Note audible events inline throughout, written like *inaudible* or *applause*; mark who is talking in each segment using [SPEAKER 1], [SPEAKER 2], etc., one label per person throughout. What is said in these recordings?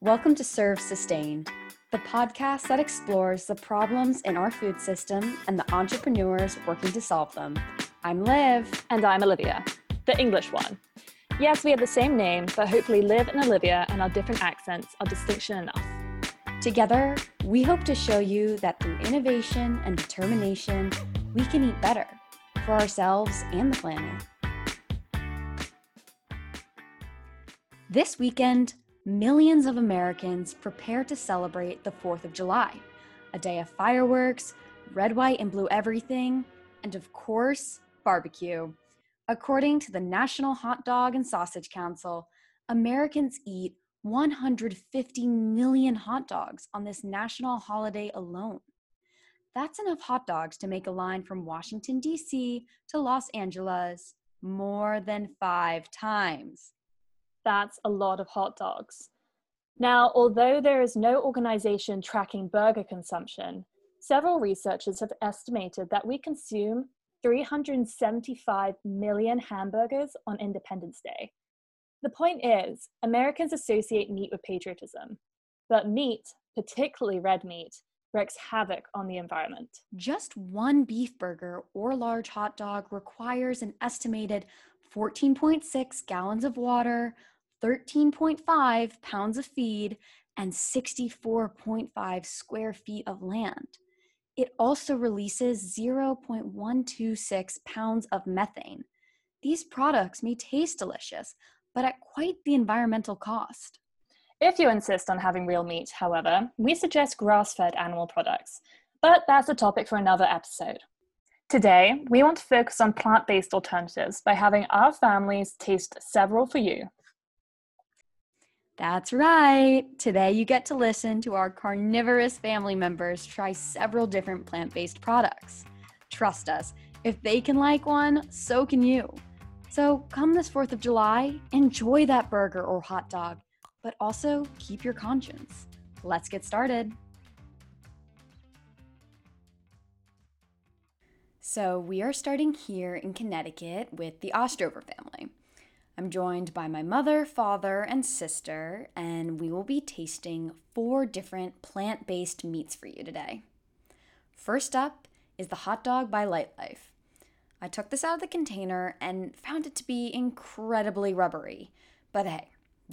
[SPEAKER 1] Welcome to Serve Sustain, the podcast that explores the problems in our food system and the entrepreneurs working to solve them. I'm Liv.
[SPEAKER 2] And I'm Olivia, the English one. Yes, we have the same name, but hopefully Liv and Olivia and our different accents are distinction enough.
[SPEAKER 1] Together, we hope to show you that through innovation and determination, we can eat better for ourselves and the planet. This weekend, millions of Americans prepare to celebrate the 4th of July, a day of fireworks, red, white, and blue everything, and of course, barbecue. According to the National Hot Dog and Sausage Council, Americans eat 150 million hot dogs on this national holiday alone. That's enough hot dogs to make a line from Washington, D.C. to Los Angeles more than five times.
[SPEAKER 2] That's a lot of hot dogs. Now, although there is no organization tracking burger consumption, several researchers have estimated that we consume 375 million hamburgers on Independence Day. The point is, Americans associate meat with patriotism, but meat, particularly red meat, wreaks havoc on the environment.
[SPEAKER 1] Just one beef burger or large hot dog requires an estimated 14.6 gallons of water, 13.5 pounds of feed, and 64.5 square feet of land. It also releases 0.126 pounds of methane. These products may taste delicious, but at quite the environmental cost.
[SPEAKER 2] If you insist on having real meat, however, we suggest grass fed animal products, but that's a topic for another episode. Today, we want to focus on plant based alternatives by having our families taste several for you.
[SPEAKER 1] That's right. Today you get to listen to our carnivorous family members try several different plant based products. Trust us, if they can like one, so can you. So come this 4th of July, enjoy that burger or hot dog, but also keep your conscience. Let's get started. So, we are starting here in Connecticut with the Ostrover family. I'm joined by my mother, father, and sister, and we will be tasting four different plant based meats for you today. First up is the hot dog by Lightlife. I took this out of the container and found it to be incredibly rubbery, but hey,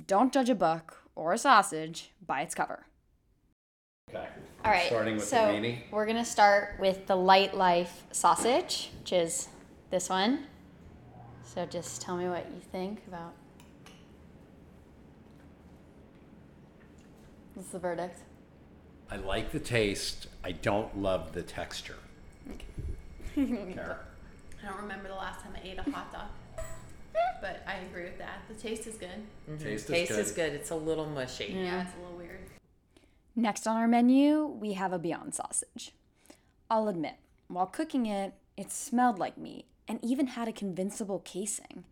[SPEAKER 1] don't judge a book or a sausage by its cover.
[SPEAKER 3] Okay.
[SPEAKER 1] All right,
[SPEAKER 3] Starting with
[SPEAKER 1] so
[SPEAKER 3] the meaty.
[SPEAKER 1] we're gonna start with the Light Life sausage, which is this one. So just tell me what you think about. What's the verdict?
[SPEAKER 3] I like the taste. I don't love the texture. Kara?
[SPEAKER 4] I don't remember the last time I ate a hot dog, but I agree with that. The taste is good.
[SPEAKER 3] Taste,
[SPEAKER 5] Mm-hmm.
[SPEAKER 3] is
[SPEAKER 5] Taste
[SPEAKER 3] good.
[SPEAKER 5] is good. It's a little mushy.
[SPEAKER 4] Yeah, it's a little weird.
[SPEAKER 1] Next on our menu, we have a Beyond sausage. I'll admit, while cooking it, it smelled like meat and even had a convincible casing.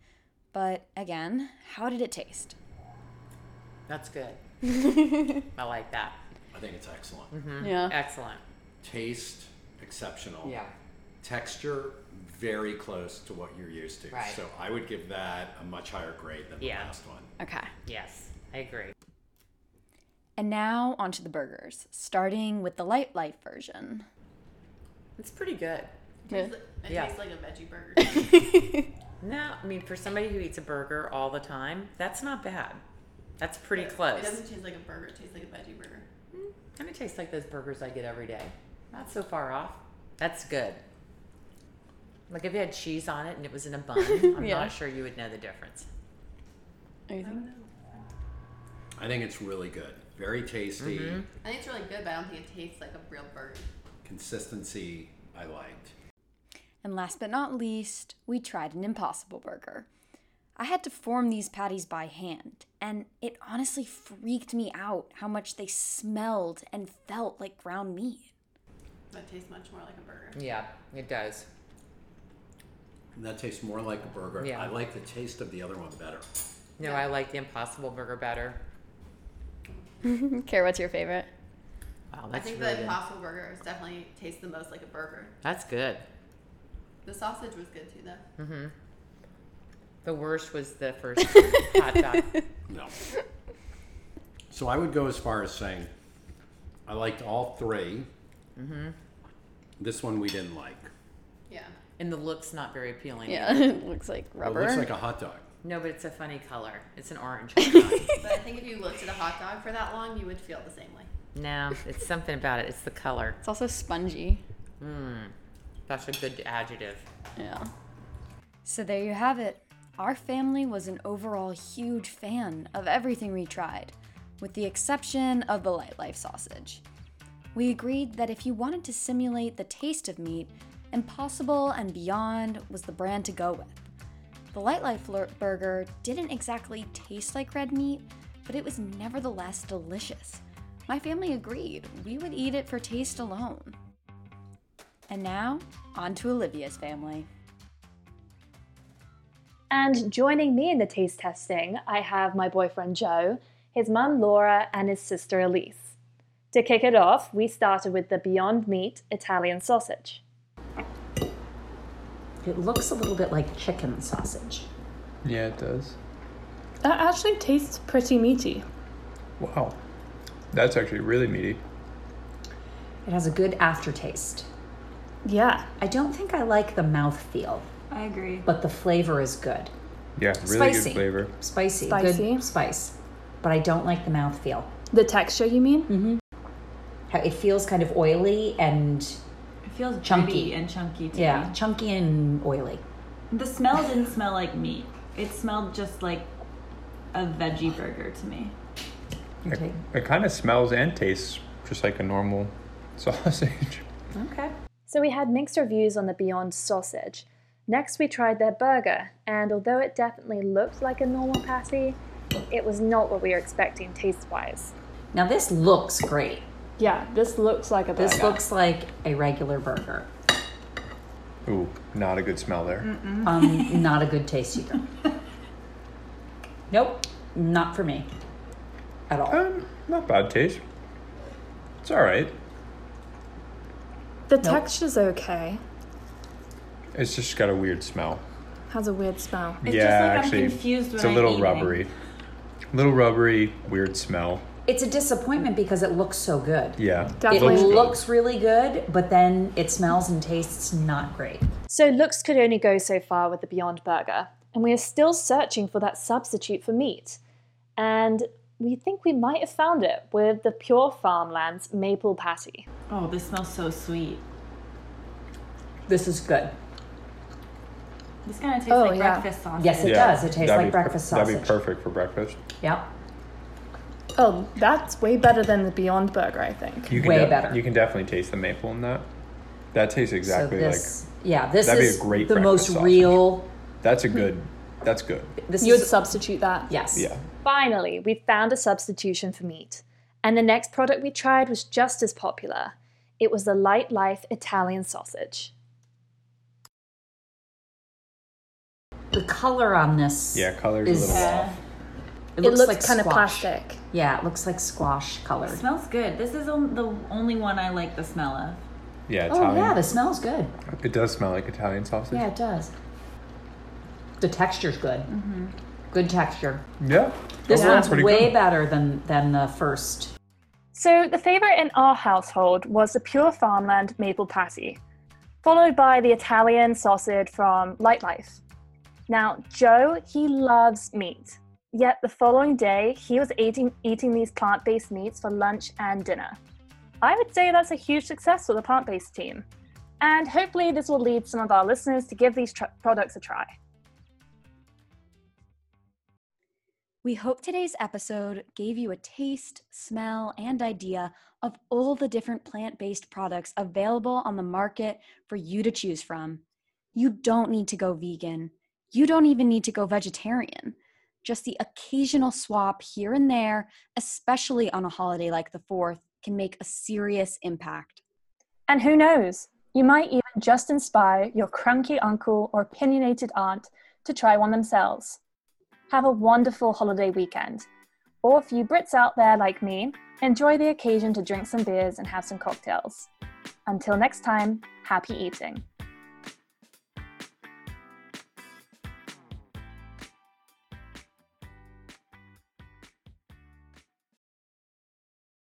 [SPEAKER 1] But again, how did it taste?
[SPEAKER 5] That's good. I like that.
[SPEAKER 3] I think it's excellent.
[SPEAKER 5] Mm-hmm.
[SPEAKER 1] Yeah.
[SPEAKER 5] Excellent.
[SPEAKER 3] Taste exceptional. Texture very close to what you're used to.
[SPEAKER 5] Right.
[SPEAKER 3] So I would give that a much higher grade than
[SPEAKER 5] Yeah. Uh,
[SPEAKER 3] the last one.
[SPEAKER 1] Okay.
[SPEAKER 5] Yes, I agree.
[SPEAKER 1] And now onto the burgers, starting with the light life version.
[SPEAKER 5] It's pretty good.
[SPEAKER 4] It tastes like- it
[SPEAKER 5] Yeah.
[SPEAKER 4] tastes like a veggie
[SPEAKER 5] *laughs*
[SPEAKER 4] burger.
[SPEAKER 5] No, I mean for somebody who eats a burger all the time, that's not bad. That's pretty close.
[SPEAKER 4] It doesn't taste like a burger. It tastes like a veggie burger.
[SPEAKER 5] and it tastes like those burgers I get every day. Not so far off. That's good. Like if you had cheese on it and it was in a bun, I'm
[SPEAKER 1] Yeah.
[SPEAKER 5] not sure you would know the difference.
[SPEAKER 3] I think it's really good. Very tasty.
[SPEAKER 5] Mm-hmm.
[SPEAKER 4] I think it's really good, but I don't think it tastes like a real burger.
[SPEAKER 3] Consistency I liked.
[SPEAKER 1] And last but not least, we tried an impossible burger. I had to form these patties by hand, and it honestly freaked me out how much they smelled and felt like ground meat.
[SPEAKER 4] That tastes much more like a burger.
[SPEAKER 5] Yeah, it does.
[SPEAKER 3] And that tastes more like a burger.
[SPEAKER 5] Yeah.
[SPEAKER 3] I like the taste of the other one better.
[SPEAKER 5] No, I like the impossible
[SPEAKER 1] *laughs*
[SPEAKER 5] burger better.
[SPEAKER 1] Care, what's your favorite?
[SPEAKER 5] Wow,
[SPEAKER 4] I
[SPEAKER 5] that's
[SPEAKER 4] think
[SPEAKER 5] really
[SPEAKER 4] the
[SPEAKER 5] good.
[SPEAKER 4] impossible burger is definitely tastes the most like a burger.
[SPEAKER 5] That's good.
[SPEAKER 4] The sausage was good too,
[SPEAKER 5] Hmm.
[SPEAKER 4] though.
[SPEAKER 1] *laughs*
[SPEAKER 5] The worst was the first hot dog.
[SPEAKER 3] No. So I would go as far as saying I liked all 3 This one we didn't like.
[SPEAKER 4] Yeah.
[SPEAKER 5] And the look's not very appealing.
[SPEAKER 1] Yeah, *laughs* it looks like
[SPEAKER 3] Well,
[SPEAKER 1] rubber.
[SPEAKER 3] It looks like a hot dog.
[SPEAKER 5] No, but it's a funny color. It's an orange.
[SPEAKER 4] But I think if you looked at a hot dog for that long, you would feel the same way.
[SPEAKER 5] *laughs* no, it's something about it. It's the color.
[SPEAKER 1] it's also spongy.
[SPEAKER 5] That's a good adjective.
[SPEAKER 1] Yeah. So there you have it. Our family was an overall huge fan of everything we tried, with the exception of the Lightlife sausage. We agreed that if you wanted to simulate the taste of meat, Impossible and Beyond was the brand to go with. The Lightlife lur- burger didn't exactly taste like red meat, but it was nevertheless delicious. My family agreed. We would eat it for taste alone. And now, on to Olivia's family.
[SPEAKER 2] And joining me in the taste testing, I have my boyfriend Joe, his mum Laura, and his sister Elise. To kick it off, we started with the Beyond Meat Italian sausage.
[SPEAKER 6] It looks a little bit like chicken sausage.
[SPEAKER 7] Yeah, it does.
[SPEAKER 2] That actually tastes pretty meaty.
[SPEAKER 7] Wow. That's actually really meaty.
[SPEAKER 6] It has a good aftertaste.
[SPEAKER 2] Yeah.
[SPEAKER 6] I don't think I like the mouthfeel,
[SPEAKER 8] I agree.
[SPEAKER 6] but the flavor is good.
[SPEAKER 7] Yeah, really
[SPEAKER 6] Spicy.
[SPEAKER 7] good flavor.
[SPEAKER 6] Spicy,
[SPEAKER 2] Spicy.
[SPEAKER 6] good spice. But I don't like the mouthfeel.
[SPEAKER 2] The texture, you mean?
[SPEAKER 6] How- It feels kind of oily and
[SPEAKER 8] It feels
[SPEAKER 6] Chunky.
[SPEAKER 8] chunky and chunky to
[SPEAKER 6] yeah,
[SPEAKER 8] me.
[SPEAKER 6] chunky and oily.
[SPEAKER 8] The smell didn't smell like meat. It smelled just like a veggie burger to me.
[SPEAKER 6] Okay.
[SPEAKER 7] It kind of smells and tastes just like a normal *laughs* sausage.
[SPEAKER 6] Okay.
[SPEAKER 2] So we had mixed reviews on the Beyond sausage. Next, we tried their burger, and although it definitely looked like a normal patty, it was not what we were expecting taste wise.
[SPEAKER 6] Now this looks great.
[SPEAKER 2] Yeah, this looks like a burger.
[SPEAKER 6] This looks like a
[SPEAKER 2] *laughs*
[SPEAKER 6] regular burger.
[SPEAKER 7] Ooh, not a good smell there.
[SPEAKER 6] Um, not a good taste
[SPEAKER 2] *laughs*
[SPEAKER 6] either. nope, not for me at all.
[SPEAKER 7] Um, not bad taste. It's all right.
[SPEAKER 2] The texture's okay.
[SPEAKER 7] It's just got a weird smell.
[SPEAKER 2] Has a weird smell.
[SPEAKER 8] It's
[SPEAKER 7] yeah,
[SPEAKER 8] just like I'm
[SPEAKER 7] actually,
[SPEAKER 8] confused
[SPEAKER 7] it's a
[SPEAKER 8] when I'm
[SPEAKER 7] little
[SPEAKER 8] eating.
[SPEAKER 7] rubbery. Little rubbery, weird smell.
[SPEAKER 6] It's a disappointment because it looks so good.
[SPEAKER 7] Yeah,
[SPEAKER 6] It
[SPEAKER 2] Definitely.
[SPEAKER 6] looks,
[SPEAKER 7] looks good.
[SPEAKER 6] really good, but then it smells and tastes not great.
[SPEAKER 2] So looks could only go so far with the Beyond Burger, and we are still searching for that substitute for meat. And we think we might have found it with the Pure Farmlands maple patty.
[SPEAKER 8] Oh, this smells so sweet.
[SPEAKER 6] This is good.
[SPEAKER 8] This kind of tastes
[SPEAKER 2] Oh,
[SPEAKER 8] like
[SPEAKER 2] yeah.
[SPEAKER 8] breakfast sausage.
[SPEAKER 6] Yes, it
[SPEAKER 7] Yeah,
[SPEAKER 6] does. It tastes
[SPEAKER 7] that'd
[SPEAKER 6] like
[SPEAKER 7] be per-
[SPEAKER 6] breakfast
[SPEAKER 7] That'd
[SPEAKER 6] sausage.
[SPEAKER 7] be perfect for breakfast.
[SPEAKER 6] Yep.
[SPEAKER 2] Oh, that's way better than the Beyond Burger, I think.
[SPEAKER 7] You can
[SPEAKER 6] Way
[SPEAKER 7] de-
[SPEAKER 6] better.
[SPEAKER 7] You can definitely taste the maple in that. That tastes exactly
[SPEAKER 6] so this,
[SPEAKER 7] like.
[SPEAKER 6] yeah, this
[SPEAKER 7] that'd be
[SPEAKER 6] is
[SPEAKER 7] a great
[SPEAKER 6] the most
[SPEAKER 7] breakfast sausage.
[SPEAKER 6] real.
[SPEAKER 7] That's
[SPEAKER 6] Hmm.
[SPEAKER 7] a good. That's good.
[SPEAKER 6] This
[SPEAKER 2] You would
[SPEAKER 6] is
[SPEAKER 2] substitute that?
[SPEAKER 6] yes.
[SPEAKER 7] Yeah.
[SPEAKER 2] Finally, we found a substitution for meat. And the next product we tried was just as popular. It was the Light Life Italian sausage.
[SPEAKER 6] The color on this.
[SPEAKER 7] Yeah, color's a
[SPEAKER 6] is,
[SPEAKER 7] little off.
[SPEAKER 6] It
[SPEAKER 2] It
[SPEAKER 6] looks,
[SPEAKER 2] looks,
[SPEAKER 6] like
[SPEAKER 2] kind of
[SPEAKER 6] squash.
[SPEAKER 2] plastic.
[SPEAKER 6] Yeah, it looks like squash
[SPEAKER 8] It
[SPEAKER 6] colored.
[SPEAKER 8] smells good. This is on- the only one I like the smell of.
[SPEAKER 7] Yeah,
[SPEAKER 6] Oh
[SPEAKER 7] Italian.
[SPEAKER 6] yeah, the smells good.
[SPEAKER 7] It does smell like Italian sausage.
[SPEAKER 6] Yeah, it does. The texture's good. Good texture.
[SPEAKER 7] Yeah.
[SPEAKER 6] This
[SPEAKER 7] Overall,
[SPEAKER 6] one's
[SPEAKER 7] pretty
[SPEAKER 6] way
[SPEAKER 7] good.
[SPEAKER 6] better than than the first.
[SPEAKER 2] So, the favourite in our household was the pure farmland maple patty, followed by the Italian sausage from Lightlife. Now, Joe, he loves meat. Yet the following day, he was eating, eating these plant based meats for lunch and dinner. I would say that's a huge success for the plant based team. And hopefully, this will lead some of our listeners to give these tr- products a try.
[SPEAKER 1] We hope today's episode gave you a taste, smell, and idea of all the different plant based products available on the market for you to choose from. You don't need to go vegan. You don't even need to go vegetarian. Just the occasional swap here and there, especially on a holiday like the 4th, can make a serious impact.
[SPEAKER 2] And who knows, you might even just inspire your cranky uncle or opinionated aunt to try one themselves. Have a wonderful holiday weekend. Or if you Brits out there like me, enjoy the occasion to drink some beers and have some cocktails. Until next time, happy eating.